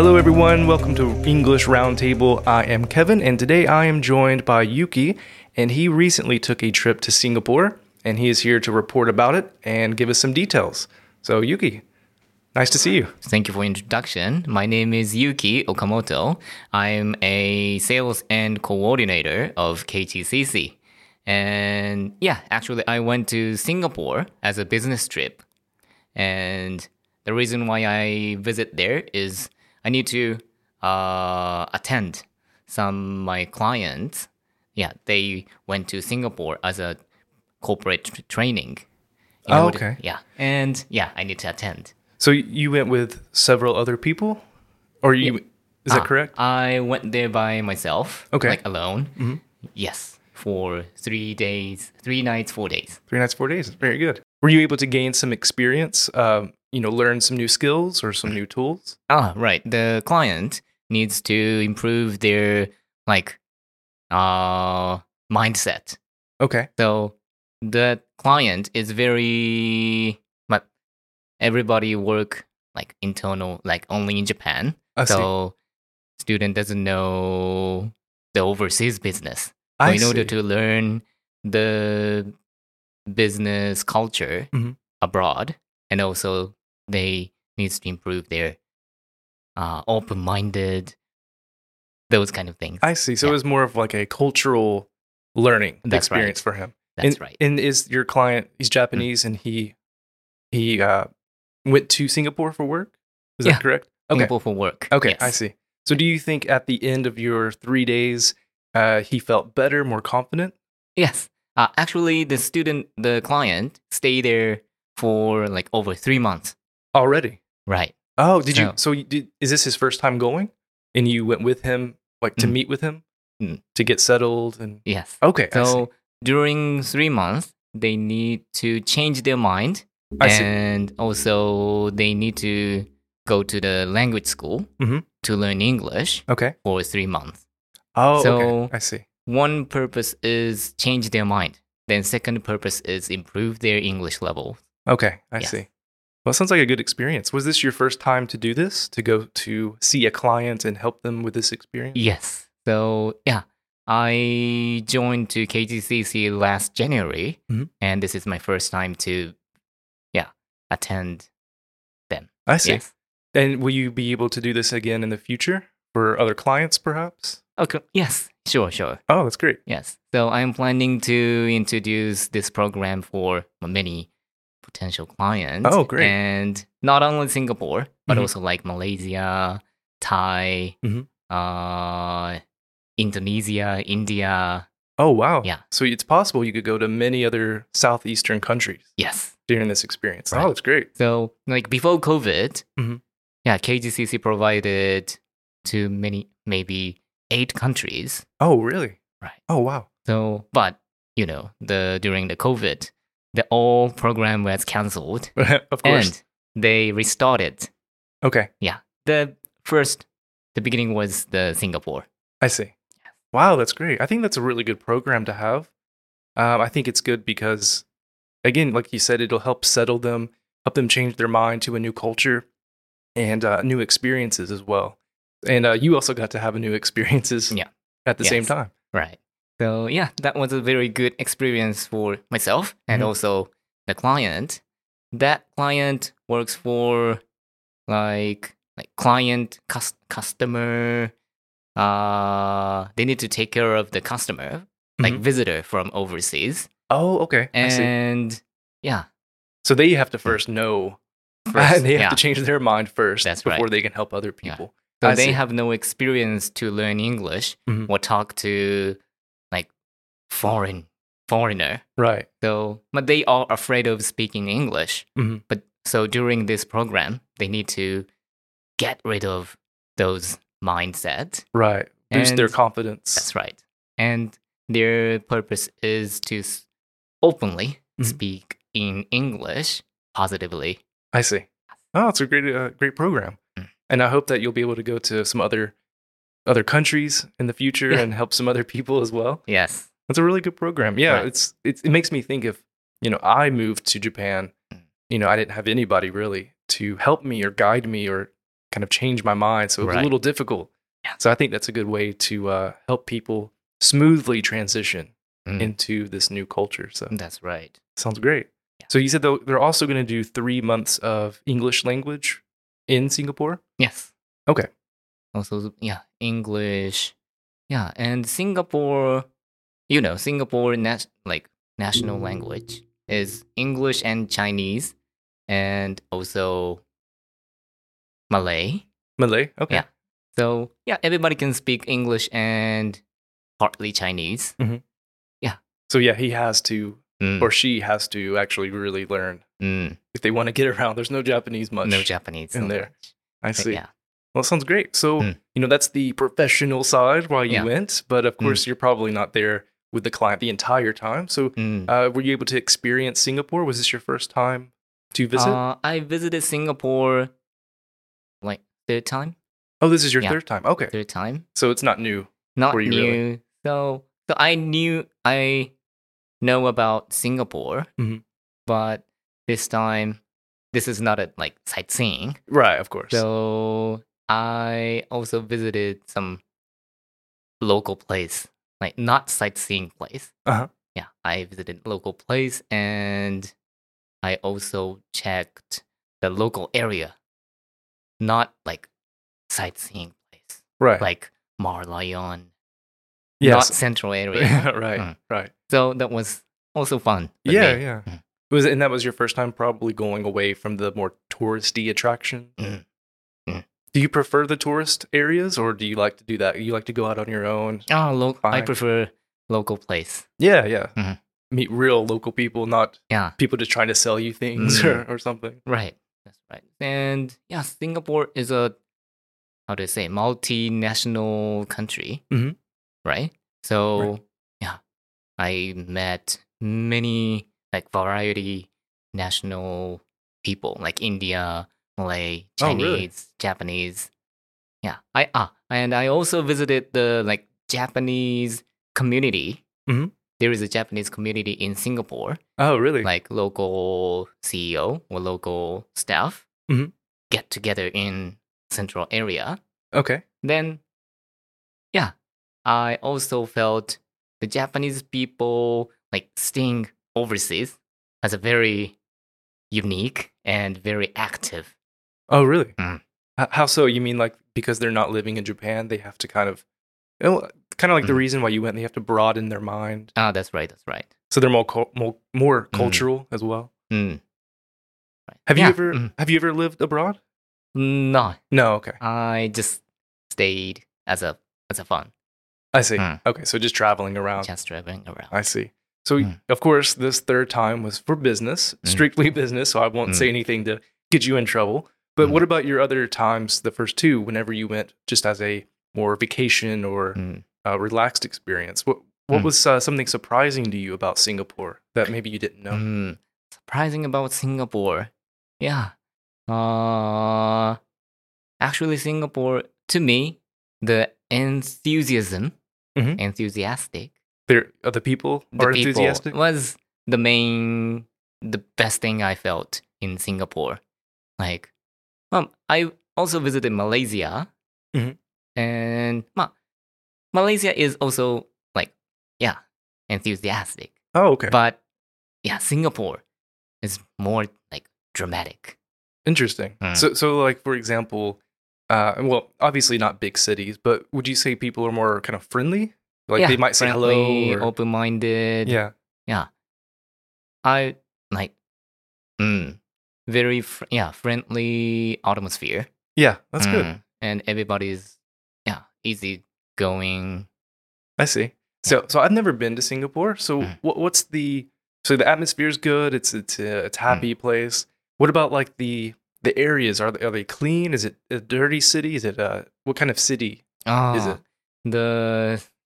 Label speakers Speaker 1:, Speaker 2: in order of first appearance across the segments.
Speaker 1: Hello, everyone. Welcome to English Roundtable. I am Kevin, and today I am joined by Yuki, and he recently took a trip to Singapore, and he is here to report about it and give us some details. So, Yuki, nice to see you.
Speaker 2: Thank you for introduction. My name is Yuki Okamoto. I'm a sales and coordinator of KTCC. And yeah, actually I went to Singapore as a business trip. And the reason why I visit there is I need to uh, attend some my clients. Yeah, they went to Singapore as a corporate tr- training. You
Speaker 1: Oh,
Speaker 2: what-
Speaker 1: okay.
Speaker 2: Yeah, and yeah, I need to attend.
Speaker 1: So, you went with several other people, or you? Is that
Speaker 2: Ah,
Speaker 1: correct?
Speaker 2: I went there by myself.
Speaker 1: Okay. Mm-hmm.
Speaker 2: Like alone. Yes. For three days, three nights, four days.
Speaker 1: Three nights, four days. Very good. Were you able to gain some experience? Um, you know, learn some new skills or some new tools?
Speaker 2: Ah, right. The client needs to improve their like uh mindset.
Speaker 1: Okay.
Speaker 2: So the client is very but everybody work like internal like only in Japan.
Speaker 1: I see.
Speaker 2: so student doesn't know the overseas business. So
Speaker 1: I
Speaker 2: in order
Speaker 1: see.
Speaker 2: to learn the business culture
Speaker 1: Mhm.
Speaker 2: abroad, and also they needs to improve their uh, open-minded, those kind of things.
Speaker 1: I see. So it
Speaker 2: Yeah.
Speaker 1: was more of like a cultural learning
Speaker 2: That's
Speaker 1: experience for him.
Speaker 2: That's
Speaker 1: and,
Speaker 2: right.
Speaker 1: And is your client? He's Japanese, and he he uh, went to Singapore for work. Is
Speaker 2: Yeah.
Speaker 1: that correct? Okay.
Speaker 2: Singapore for work.
Speaker 1: Okay,
Speaker 2: yes.
Speaker 1: I see. So do you think at the end of your three days, uh, he felt better, more confident?
Speaker 2: Yes. Uh, actually, the student, the client, stay there for like over three months.
Speaker 1: Already.
Speaker 2: Right.
Speaker 1: Oh, did you?
Speaker 2: No.
Speaker 1: So you did, is this his first time going? And you went with him, like to
Speaker 2: Mhm.
Speaker 1: meet with him,
Speaker 2: Mm.
Speaker 1: to get settled, and
Speaker 2: Yes.
Speaker 1: okay. I see.
Speaker 2: So during three months, they need to change their mind
Speaker 1: I see.
Speaker 2: and also they need to go to the language school
Speaker 1: Mhm.
Speaker 2: to learn English
Speaker 1: okay.
Speaker 2: for three months.
Speaker 1: Oh,
Speaker 2: so-
Speaker 1: okay. I see.
Speaker 2: One purpose is change their mind. Then second purpose is improve their English level.
Speaker 1: Okay, I
Speaker 2: Yes.
Speaker 1: see. Well, it sounds like a good experience. Was this your first time to do this? To go to see a client and help them with this experience?
Speaker 2: Yes. So yeah, I joined to KTCC last January,
Speaker 1: Mhm.
Speaker 2: and this is my first time to, yeah, attend.
Speaker 1: I see.
Speaker 2: Yes.
Speaker 1: And will you be able to do this again in the future for other clients, perhaps?
Speaker 2: Okay. Yes. Sure. Sure.
Speaker 1: Oh, that's great.
Speaker 2: Yes. So I'm planning to introduce this program for many potential clients.
Speaker 1: Oh, great.
Speaker 2: And not only Singapore, but
Speaker 1: Mhm.
Speaker 2: also like Malaysia, Thai,
Speaker 1: Mhm.
Speaker 2: uh, Indonesia, India.
Speaker 1: Oh, wow.
Speaker 2: Yeah.
Speaker 1: So it's possible you could go to many other southeastern countries
Speaker 2: Yes.
Speaker 1: during this experience.
Speaker 2: Right.
Speaker 1: Oh, that's great.
Speaker 2: So like before COVID,
Speaker 1: Mhm.
Speaker 2: yeah, KGCC provided to many, maybe eight countries.
Speaker 1: Oh, really?
Speaker 2: Right.
Speaker 1: Oh, wow.
Speaker 2: So, but you know, the during the COVID, the all program was cancelled.
Speaker 1: of course.
Speaker 2: and they restarted.
Speaker 1: okay,
Speaker 2: The first, the beginning was the Singapore.
Speaker 1: I see. Wow, that's great. I think that's a really good program to have. Um, I think it's good because, again, like you said, it'll help settle them, help them change their mind to a new culture and uh, new experiences as well. And uh, you also got to have a new experiences
Speaker 2: Yeah.
Speaker 1: at the same
Speaker 2: Yes.
Speaker 1: time.
Speaker 2: Right. So yeah, that was a very good experience for myself and
Speaker 1: Mhm.
Speaker 2: also the client. That client works for like like client cus- customer. Uh, they need to take care of the customer, like
Speaker 1: Mhm.
Speaker 2: visitor from overseas,
Speaker 1: Oh, okay. I see.
Speaker 2: and yeah,
Speaker 1: So they have to first know.
Speaker 2: First,
Speaker 1: they have
Speaker 2: yeah.
Speaker 1: to change their mind first
Speaker 2: That's right.
Speaker 1: before they can help other
Speaker 2: Yeah.
Speaker 1: people.
Speaker 2: So
Speaker 1: I
Speaker 2: they
Speaker 1: see.
Speaker 2: have no experience to learn English
Speaker 1: Mhm.
Speaker 2: or talk to like foreign foreigner.
Speaker 1: Right.
Speaker 2: So but they are afraid of speaking English.
Speaker 1: Mhm.
Speaker 2: But so during this program, they need to get rid of those mindset.
Speaker 1: Right. Boost their
Speaker 2: And-
Speaker 1: confidence.
Speaker 2: That's right. And their purpose is to s- openly
Speaker 1: Mhm.
Speaker 2: speak in English positively.
Speaker 1: I see. Oh, it's a great, uh, great program,
Speaker 2: Mm.
Speaker 1: and I hope that you'll be able to go to some other, other countries in the future
Speaker 2: Yeah.
Speaker 1: and help some other people as well.
Speaker 2: Yes.
Speaker 1: That's a really good program. Yeah,
Speaker 2: Right.
Speaker 1: it's, it's it makes me think if you know I moved to Japan,
Speaker 2: Mm.
Speaker 1: you know I didn't have anybody really to help me or guide me or kind of change my mind. So it was
Speaker 2: Right.
Speaker 1: a little difficult.
Speaker 2: Yeah.
Speaker 1: So I think that's a good way to uh, help people smoothly transition
Speaker 2: Mm.
Speaker 1: into this new culture. So
Speaker 2: That's right.
Speaker 1: sounds great. So you said though they're also going to do three months of English language in Singapore.
Speaker 2: Yes.
Speaker 1: Okay.
Speaker 2: Also, yeah, English. Yeah, and Singapore, you know, Singapore nat- like national language is English and Chinese and also Malay.
Speaker 1: Malay. Okay.
Speaker 2: Yeah. So, yeah, everybody can speak English and partly Chinese.
Speaker 1: So yeah, he has to
Speaker 2: Mm,
Speaker 1: or she has to actually really learn
Speaker 2: mm,
Speaker 1: if they want to get around. There's no Japanese much.
Speaker 2: no Japanese
Speaker 1: in
Speaker 2: so
Speaker 1: there.
Speaker 2: much.
Speaker 1: I
Speaker 2: But
Speaker 1: see.
Speaker 2: Yeah.
Speaker 1: Well, it sounds great. So,
Speaker 2: Mm.
Speaker 1: you know, that's the professional side while you
Speaker 2: Yeah.
Speaker 1: went, but of
Speaker 2: Mm.
Speaker 1: course, you're probably not there with the client the entire time. So,
Speaker 2: Mm.
Speaker 1: uh, were you able to experience Singapore? Was this your first time to visit?
Speaker 2: Uh, I visited Singapore like third time.
Speaker 1: oh, this is your
Speaker 2: yeah.
Speaker 1: third time. Okay.
Speaker 2: Third time.
Speaker 1: So, it's not new.
Speaker 2: not
Speaker 1: Were you
Speaker 2: new.
Speaker 1: really?
Speaker 2: So so I knew I know about Singapore,
Speaker 1: Mhm.
Speaker 2: but this time this is not a like sightseeing.
Speaker 1: Right, of course.
Speaker 2: So I also visited some local place, like not sightseeing place.
Speaker 1: Uh-huh.
Speaker 2: Yeah, I visited local place and I also checked the local area, not like sightseeing place,
Speaker 1: right.
Speaker 2: like Mar Lion not
Speaker 1: yes.
Speaker 2: central area.
Speaker 1: right,
Speaker 2: Mm.
Speaker 1: right.
Speaker 2: so that was also fun. with
Speaker 1: Yeah,
Speaker 2: me.
Speaker 1: yeah.
Speaker 2: Mm.
Speaker 1: It was, and that was your first time probably going away from the more touristy attraction.
Speaker 2: Mm. Mm.
Speaker 1: Do you prefer the tourist areas or do you like to do that? You like to go out on your own?
Speaker 2: Ah, lo- I
Speaker 1: Fine.
Speaker 2: prefer local place.
Speaker 1: Yeah, yeah.
Speaker 2: Mhm.
Speaker 1: Meet real local people, not
Speaker 2: Yeah.
Speaker 1: people just trying to sell you things
Speaker 2: Mhm.
Speaker 1: or, or something.
Speaker 2: Right. That's right. And yeah, Singapore is a how do I say multinational country,
Speaker 1: Mhm.
Speaker 2: right? So yeah, I met many like variety national people like India, Malay,
Speaker 1: Oh, really?
Speaker 2: Chinese, Japanese. Yeah, I ah, and I also visited the like Japanese community.
Speaker 1: Mhm.
Speaker 2: There is a Japanese community in Singapore
Speaker 1: Oh, really?
Speaker 2: like local CEO or local staff
Speaker 1: Mhm.
Speaker 2: get together in central area,
Speaker 1: okay.
Speaker 2: then yeah, I also felt the Japanese people like staying overseas as a very unique and very active.
Speaker 1: Oh, really?
Speaker 2: Mm.
Speaker 1: H- how so? You mean like because they're not living in Japan, they have to kind of, oh, kind of like the
Speaker 2: Mm.
Speaker 1: reason why you went, they have to broaden their mind.
Speaker 2: Ah, that's right, that's right.
Speaker 1: So they're more cul more, more
Speaker 2: Mm.
Speaker 1: cultural as well.
Speaker 2: Mm. Right.
Speaker 1: Have
Speaker 2: Yeah,
Speaker 1: you ever
Speaker 2: mm.
Speaker 1: have you ever lived abroad?
Speaker 2: No,
Speaker 1: mm-hmm. No. Okay.
Speaker 2: I just stayed as a as a fun,
Speaker 1: I see.
Speaker 2: Mm.
Speaker 1: Okay. So just traveling around.
Speaker 2: just traveling around.
Speaker 1: Uh, I see. So,
Speaker 2: Mm.
Speaker 1: of course, this third time was for business,
Speaker 2: Mm.
Speaker 1: strictly business. So, I won't
Speaker 2: Mm.
Speaker 1: say anything to get you in trouble. But
Speaker 2: Mm.
Speaker 1: what about your other times, the first two, whenever you went just as a more vacation or
Speaker 2: Mm.
Speaker 1: uh, relaxed experience? What, what
Speaker 2: Mm.
Speaker 1: was uh, something surprising to you about Singapore that maybe you didn't know?
Speaker 2: Mm, surprising about Singapore. Yeah. Uh, actually, Singapore, to me, the enthusiasm,
Speaker 1: Mhm.
Speaker 2: enthusiastic,
Speaker 1: There, are the people
Speaker 2: the
Speaker 1: are
Speaker 2: people
Speaker 1: enthusiastic?
Speaker 2: was the main, the best thing I felt in Singapore. Like, um, I also visited Malaysia,
Speaker 1: Mhm.
Speaker 2: and ma, Malaysia is also like, yeah, enthusiastic
Speaker 1: Oh, okay.
Speaker 2: but yeah, Singapore is more like dramatic.
Speaker 1: Interesting.
Speaker 2: Mm.
Speaker 1: So, so like for example, uh, well, obviously not big cities, but would you say people are more kind of friendly? Like
Speaker 2: Yeah,
Speaker 1: they might say
Speaker 2: friendly,
Speaker 1: hello. Or,
Speaker 2: open-minded.
Speaker 1: yeah.
Speaker 2: I like, mm, very fr- yeah, friendly atmosphere.
Speaker 1: Yeah. That's good.
Speaker 2: Mm, And everybody's yeah, easy going.
Speaker 1: I see. So, so I've never been to Singapore. So,
Speaker 2: Mm.
Speaker 1: what, what's the so the atmosphere's good. It's it's a, it's happy place. What about like the the areas? Are they, are they clean? Is it a dirty city? Is it a what kind of city?
Speaker 2: Ah,
Speaker 1: it-
Speaker 2: the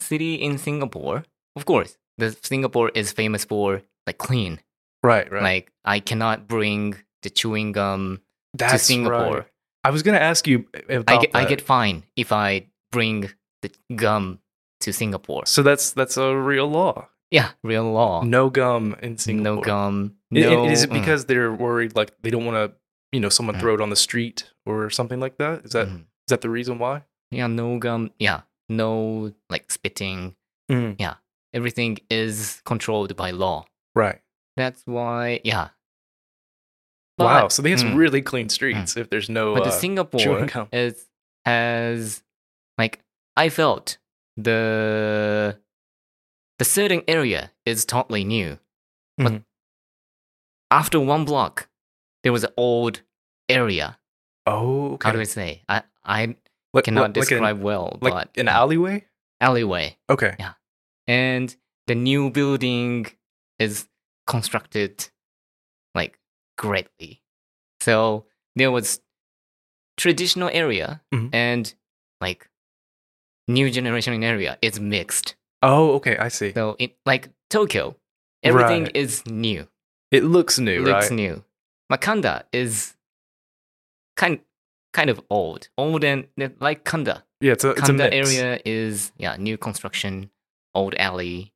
Speaker 2: city in Singapore? Of course, the Singapore is famous for like clean.
Speaker 1: Right, right.
Speaker 2: Like I cannot bring the chewing gum
Speaker 1: That's
Speaker 2: to Singapore.
Speaker 1: right. I was gonna ask you about
Speaker 2: I get I
Speaker 1: that.
Speaker 2: get fined if I bring the gum to Singapore.
Speaker 1: So that's that's a real law.
Speaker 2: Yeah, real law.
Speaker 1: No gum in Singapore.
Speaker 2: No gum.
Speaker 1: I- I-
Speaker 2: No.
Speaker 1: is it
Speaker 2: mm.
Speaker 1: because they're worried like they don't want to you know someone
Speaker 2: Mm.
Speaker 1: throw it on the street or something like that? Is that is
Speaker 2: Mhm.
Speaker 1: that the reason why?
Speaker 2: yeah, no gum, yeah, no like spitting.
Speaker 1: Mm.
Speaker 2: Everything is controlled by law.
Speaker 1: Right.
Speaker 2: That's why, yeah.
Speaker 1: wow. So they have some
Speaker 2: mm.
Speaker 1: really clean streets if there's no.
Speaker 2: but the
Speaker 1: uh,
Speaker 2: Singapore
Speaker 1: chewing gum.
Speaker 2: is has like I felt the the certain area is totally new, but
Speaker 1: Mhm.
Speaker 2: after one block, there was an old area.
Speaker 1: oh, okay.
Speaker 2: How do I say? I I
Speaker 1: Like-
Speaker 2: cannot
Speaker 1: like an-
Speaker 2: describe well,
Speaker 1: Like
Speaker 2: but
Speaker 1: an alleyway.
Speaker 2: alleyway,
Speaker 1: Okay.
Speaker 2: and the new building is constructed like greatly. So there was traditional area
Speaker 1: Mhm.
Speaker 2: and like new generation area is mixed.
Speaker 1: Oh, okay. I see.
Speaker 2: So in like Tokyo, everything
Speaker 1: Right.
Speaker 2: is new.
Speaker 1: It looks new,
Speaker 2: looks
Speaker 1: right?
Speaker 2: new. Makanda is kind kind of old. Old and like Kanda.
Speaker 1: Yeah, it's a, it's a
Speaker 2: Kanda
Speaker 1: mix.
Speaker 2: area is yeah, new construction, old alley.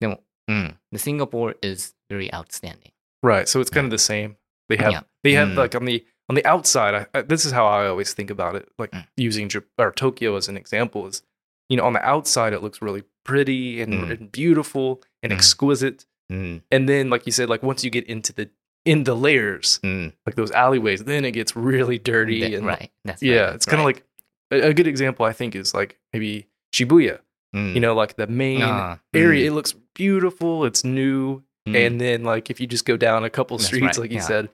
Speaker 2: No, mm, the Singapore is very outstanding.
Speaker 1: Right. So it's kind of the same. They have
Speaker 2: Yeah.
Speaker 1: they have
Speaker 2: Mm.
Speaker 1: like on the on the outside. I, I, this is how I always think about it. Like
Speaker 2: Mm.
Speaker 1: using Jap- or Tokyo as an example is, you know, on the outside it looks really pretty and,
Speaker 2: Mm.
Speaker 1: and beautiful and
Speaker 2: Mm.
Speaker 1: exquisite.
Speaker 2: Mm,
Speaker 1: And then, like you said, like once you get into the in the layers,
Speaker 2: mm,
Speaker 1: like those alleyways, then it gets really dirty
Speaker 2: that-
Speaker 1: and
Speaker 2: right. That's right,
Speaker 1: yeah,
Speaker 2: that's
Speaker 1: it's kind of
Speaker 2: right.
Speaker 1: like a, a good example I think is like maybe Shibuya.
Speaker 2: Mm,
Speaker 1: You know, like the main
Speaker 2: ah,
Speaker 1: area.
Speaker 2: mm,
Speaker 1: It looks beautiful. It's new.
Speaker 2: mm.
Speaker 1: And then, like, if you just go down a couple
Speaker 2: That's
Speaker 1: streets,
Speaker 2: right,
Speaker 1: like you
Speaker 2: yeah.
Speaker 1: said,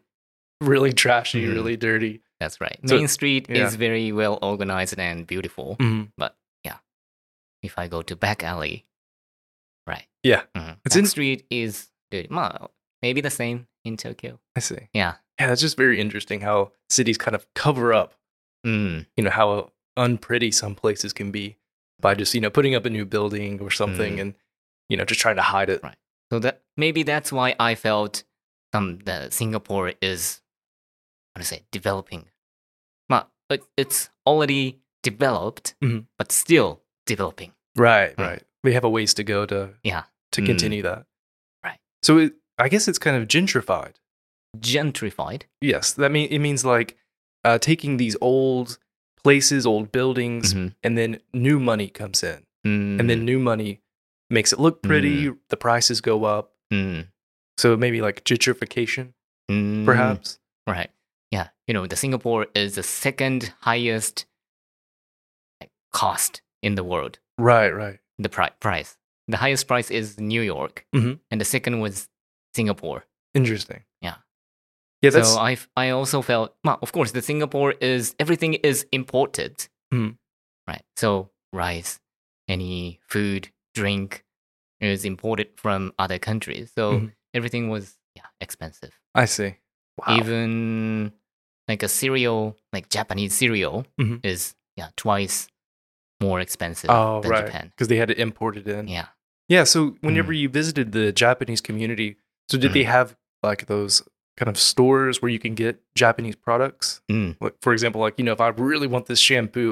Speaker 1: really trashy,
Speaker 2: Mhm.
Speaker 1: really dirty.
Speaker 2: That's right.
Speaker 1: So-
Speaker 2: Main Street
Speaker 1: yeah. Mm.
Speaker 2: is very well organized and beautiful. If I go to back alley, right?
Speaker 1: Yeah.
Speaker 2: Mhm.
Speaker 1: It's
Speaker 2: back
Speaker 1: in-
Speaker 2: street is dirty. Well, maybe the same in Tokyo.
Speaker 1: I see.
Speaker 2: Yeah.
Speaker 1: Yeah, that's just very interesting how cities kind of cover up,
Speaker 2: Mm,
Speaker 1: you know, how unpretty some places can be by just, you know, putting up a new building or something
Speaker 2: Mhm.
Speaker 1: and, you know, just trying to hide it.
Speaker 2: Right. So that maybe that's why I felt um the Singapore is how to say developing. Well, it, it's already developed,
Speaker 1: Mhm.
Speaker 2: but still developing.
Speaker 1: Right,
Speaker 2: Mm.
Speaker 1: right. They have a ways to go to
Speaker 2: Yeah.
Speaker 1: to
Speaker 2: Mm.
Speaker 1: continue that.
Speaker 2: Right.
Speaker 1: So it, I guess it's kind of gentrified.
Speaker 2: Gentrified.
Speaker 1: Yes, that mean it means like uh, taking these old places, old buildings,
Speaker 2: Mhm.
Speaker 1: and then new money comes in.
Speaker 2: Mm,
Speaker 1: Mm-hmm. and then new money makes it look pretty the prices go up
Speaker 2: mm,
Speaker 1: so maybe like gentrification
Speaker 2: mm.
Speaker 1: perhaps
Speaker 2: Right. Yeah. You know, the Singapore is the second highest like, cost in the world,
Speaker 1: right right
Speaker 2: the pri- price. The highest price is New York,
Speaker 1: Mhm.
Speaker 2: and the second was Singapore.
Speaker 1: interesting
Speaker 2: Yeah.
Speaker 1: yeah that's
Speaker 2: so I, f- I also felt, well, of course, the Singapore is, everything is imported.
Speaker 1: Mm.
Speaker 2: Right. So rice, any food, drink is imported from other countries. So
Speaker 1: Mhm.
Speaker 2: everything was yeah, expensive.
Speaker 1: i see wow
Speaker 2: even like a cereal, like Japanese cereal,
Speaker 1: Mhm.
Speaker 2: is yeah twice more expensive
Speaker 1: oh
Speaker 2: than
Speaker 1: right
Speaker 2: Japan.
Speaker 1: because they had to import it in yeah,
Speaker 2: Yeah,
Speaker 1: so whenever you visited the japanese community so did they
Speaker 2: Mhm.
Speaker 1: have like those kind of stores where you can get japanese products
Speaker 2: Mm.
Speaker 1: like for example like you know if i really want this shampoo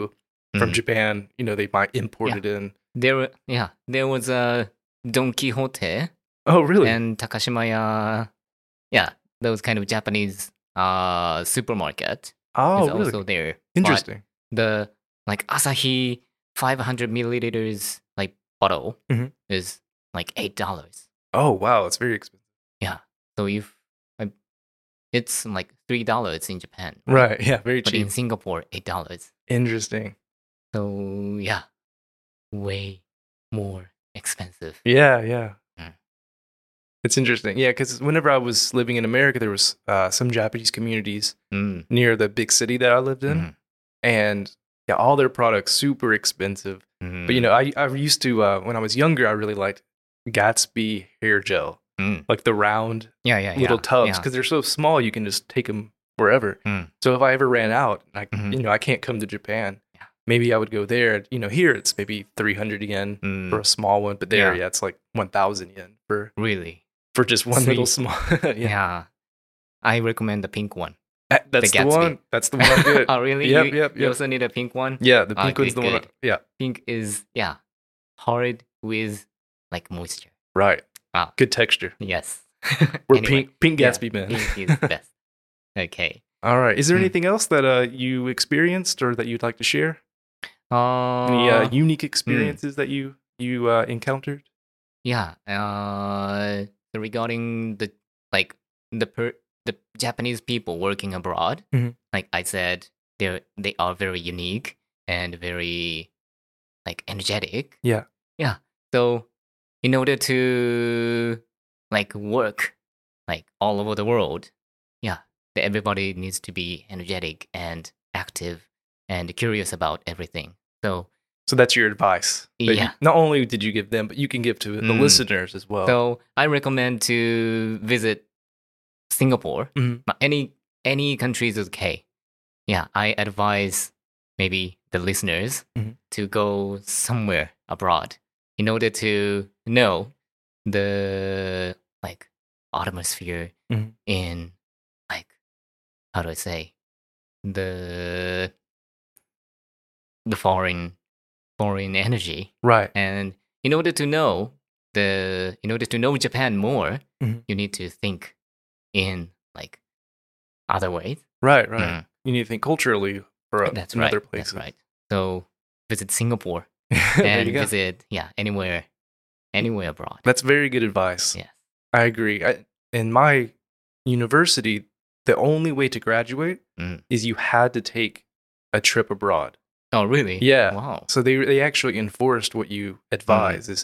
Speaker 1: from
Speaker 2: Mhm.
Speaker 1: japan you know they might import
Speaker 2: Yeah.
Speaker 1: it in
Speaker 2: there were- yeah there was a Don Quixote
Speaker 1: oh really
Speaker 2: and Takashimaya, yeah those kind of Japanese uh supermarket
Speaker 1: oh
Speaker 2: is
Speaker 1: really
Speaker 2: also there. But
Speaker 1: interesting
Speaker 2: the like Asahi 500 milliliters like bottle
Speaker 1: Mhm.
Speaker 2: is like eight dollars.
Speaker 1: oh wow it's very expensive
Speaker 2: So if I- it's like three dollars in Japan,
Speaker 1: Right. Yeah. Very
Speaker 2: But
Speaker 1: cheap.
Speaker 2: in Singapore, eight dollars.
Speaker 1: Interesting.
Speaker 2: So yeah, way more expensive.
Speaker 1: Yeah. Yeah.
Speaker 2: Mm.
Speaker 1: It's interesting. Yeah. Because whenever I was living in America, there was uh, some Japanese communities
Speaker 2: Mm,
Speaker 1: near the big city that I lived in,
Speaker 2: mhm,
Speaker 1: and yeah, all their products super expensive. But you
Speaker 2: mhm,
Speaker 1: know, I I used to uh, when I was younger, I really liked Gatsby hair gel,
Speaker 2: Mm.
Speaker 1: like the round
Speaker 2: yeah, yeah,
Speaker 1: little
Speaker 2: yeah,
Speaker 1: tubs,
Speaker 2: yeah.
Speaker 1: because they're so small, you can just take them wherever.
Speaker 2: Mm.
Speaker 1: So if I ever ran out, I
Speaker 2: Mhm.
Speaker 1: you know I can't come to Japan.
Speaker 2: Yeah.
Speaker 1: Maybe I would go there. You know, here it's maybe three hundred yen.
Speaker 2: Mm,
Speaker 1: for a small one, but there, yeah,
Speaker 2: Yeah.
Speaker 1: it's like one thousand yen for
Speaker 2: really?
Speaker 1: for just one little
Speaker 2: Sweet.
Speaker 1: small.
Speaker 2: Yeah.
Speaker 1: yeah,
Speaker 2: I recommend the pink one.
Speaker 1: Uh, that's the,
Speaker 2: Gatsby.
Speaker 1: one. That's the one I did.
Speaker 2: oh really?
Speaker 1: Yep,
Speaker 2: you,
Speaker 1: yep,
Speaker 2: you
Speaker 1: yep.
Speaker 2: also need a pink one.
Speaker 1: yeah, the
Speaker 2: Ah,
Speaker 1: pink one's the
Speaker 2: good,
Speaker 1: one. I,
Speaker 2: good.
Speaker 1: yeah,
Speaker 2: Pink is yeah, hard with like moisture.
Speaker 1: right.
Speaker 2: Ah.
Speaker 1: Good texture.
Speaker 2: Yes.
Speaker 1: We're
Speaker 2: Anyway,
Speaker 1: pink, pink
Speaker 2: yeah, Mm.
Speaker 1: Gatsby men.
Speaker 2: Pink is best. Okay.
Speaker 1: All right. Is there
Speaker 2: Hmm.
Speaker 1: anything else that uh, you experienced or that you'd like to share?
Speaker 2: Uh,
Speaker 1: Any uh, unique experiences that you you uh, encountered?
Speaker 2: yeah. Uh, regarding the like the per the Japanese people working abroad,
Speaker 1: Mhm.
Speaker 2: like I said, they are they are very unique and very like energetic.
Speaker 1: Yeah.
Speaker 2: Yeah. So, in order to like work like all over the world, yeah, that everybody needs to be energetic and active and curious about everything. So
Speaker 1: So that's your advice. that you-
Speaker 2: Yeah.
Speaker 1: not only did you give them, but you can give to the
Speaker 2: Mm.
Speaker 1: listeners as well.
Speaker 2: So I recommend to visit Singapore.
Speaker 1: Mhm.
Speaker 2: But Any any country is okay. Yeah, I advise maybe the listeners
Speaker 1: Mhm.
Speaker 2: to go somewhere abroad in order to know the like atmosphere
Speaker 1: Mhm.
Speaker 2: in like how do I say the the foreign foreign energy
Speaker 1: right.
Speaker 2: and in order to know the in order to know Japan more,
Speaker 1: Mhm.
Speaker 2: you need to think in like other ways.
Speaker 1: Right. Right.
Speaker 2: Mm,
Speaker 1: You need to think culturally for uh,
Speaker 2: that's
Speaker 1: in
Speaker 2: right.
Speaker 1: other
Speaker 2: That's
Speaker 1: places.
Speaker 2: right. So visit Singapore
Speaker 1: there
Speaker 2: and
Speaker 1: you go.
Speaker 2: visit yeah anywhere anywhere abroad.
Speaker 1: That's very good advice.
Speaker 2: Yes.
Speaker 1: I agree. I, in my university, the only way to graduate
Speaker 2: Mm.
Speaker 1: is you had to take a trip abroad.
Speaker 2: Oh really?
Speaker 1: Yeah.
Speaker 2: Wow.
Speaker 1: So they they actually enforced what you
Speaker 2: Mm-hmm.
Speaker 1: advise is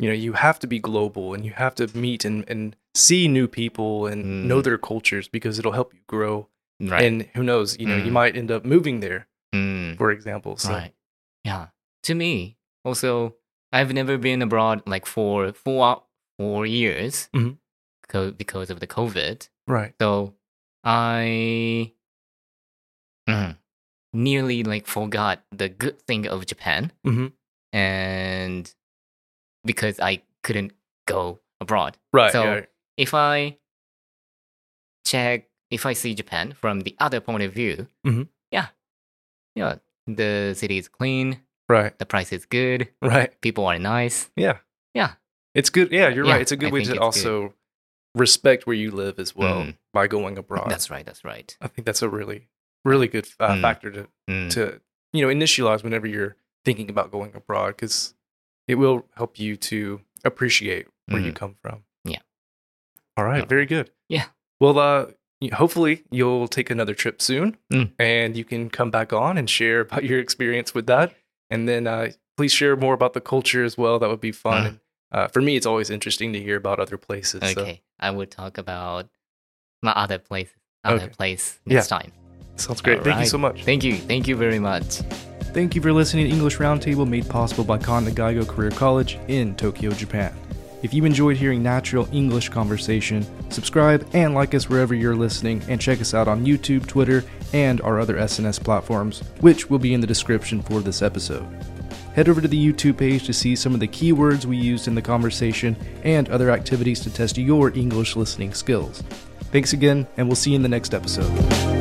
Speaker 1: you know you have to be global and you have to meet and, and see new people and
Speaker 2: Mm.
Speaker 1: know their cultures because it'll help you grow
Speaker 2: Right.
Speaker 1: and who knows you know you
Speaker 2: Mm.
Speaker 1: might end up moving there
Speaker 2: Mm.
Speaker 1: for example so
Speaker 2: Right. Yeah. To me, also, I've never been abroad like for four four years
Speaker 1: Mhm.
Speaker 2: co- because of the COVID.
Speaker 1: right
Speaker 2: So I Mhm. nearly like forgot the good thing of Japan,
Speaker 1: Mhm.
Speaker 2: and because I couldn't go abroad.
Speaker 1: right
Speaker 2: So-
Speaker 1: yeah.
Speaker 2: If I check, if I see Japan from the other point of view,
Speaker 1: Mhm.
Speaker 2: yeah, yeah, the city is clean
Speaker 1: right
Speaker 2: the price is good,
Speaker 1: right
Speaker 2: people are nice.
Speaker 1: yeah
Speaker 2: Yeah.
Speaker 1: it's good yeah you're
Speaker 2: Yeah,
Speaker 1: right it's a good
Speaker 2: I
Speaker 1: way
Speaker 2: think
Speaker 1: to
Speaker 2: it's
Speaker 1: also respect where you live as well
Speaker 2: Mm.
Speaker 1: by going abroad
Speaker 2: That's right, that's right.
Speaker 1: i think that's a really really good uh,
Speaker 2: Mm.
Speaker 1: factor to
Speaker 2: Mm,
Speaker 1: to you know initialize whenever you're thinking about going abroad because it will help you to appreciate where you
Speaker 2: Mhm.
Speaker 1: come from.
Speaker 2: Yeah.
Speaker 1: All right.
Speaker 2: Yeah.
Speaker 1: Very good.
Speaker 2: Yeah.
Speaker 1: Well, uh, y- hopefully you'll take another trip soon,
Speaker 2: Mm.
Speaker 1: and you can come back on and share about your experience with that, and then uh, please share more about the culture as well. That would be fun.
Speaker 2: Mm.
Speaker 1: And, uh, for me, it's always interesting to hear about other places. so-
Speaker 2: Okay, I will talk about my other place, other
Speaker 1: Okay.
Speaker 2: place next time.
Speaker 1: sounds great. Thank you
Speaker 2: Alright.
Speaker 1: so much.
Speaker 2: Thank you, thank you very much.
Speaker 1: Thank you for listening to English Roundtable made possible by Kon Nagaigo Career College in Tokyo, Japan. If you enjoyed hearing natural English conversation, subscribe and like us wherever you're listening, and check us out on YouTube, Twitter, and our other SNS platforms, which will be in the description for this episode. Head over to the YouTube page to see some of the keywords we used in the conversation and other activities to test your English listening skills. Thanks again, and we'll see you in the next episode.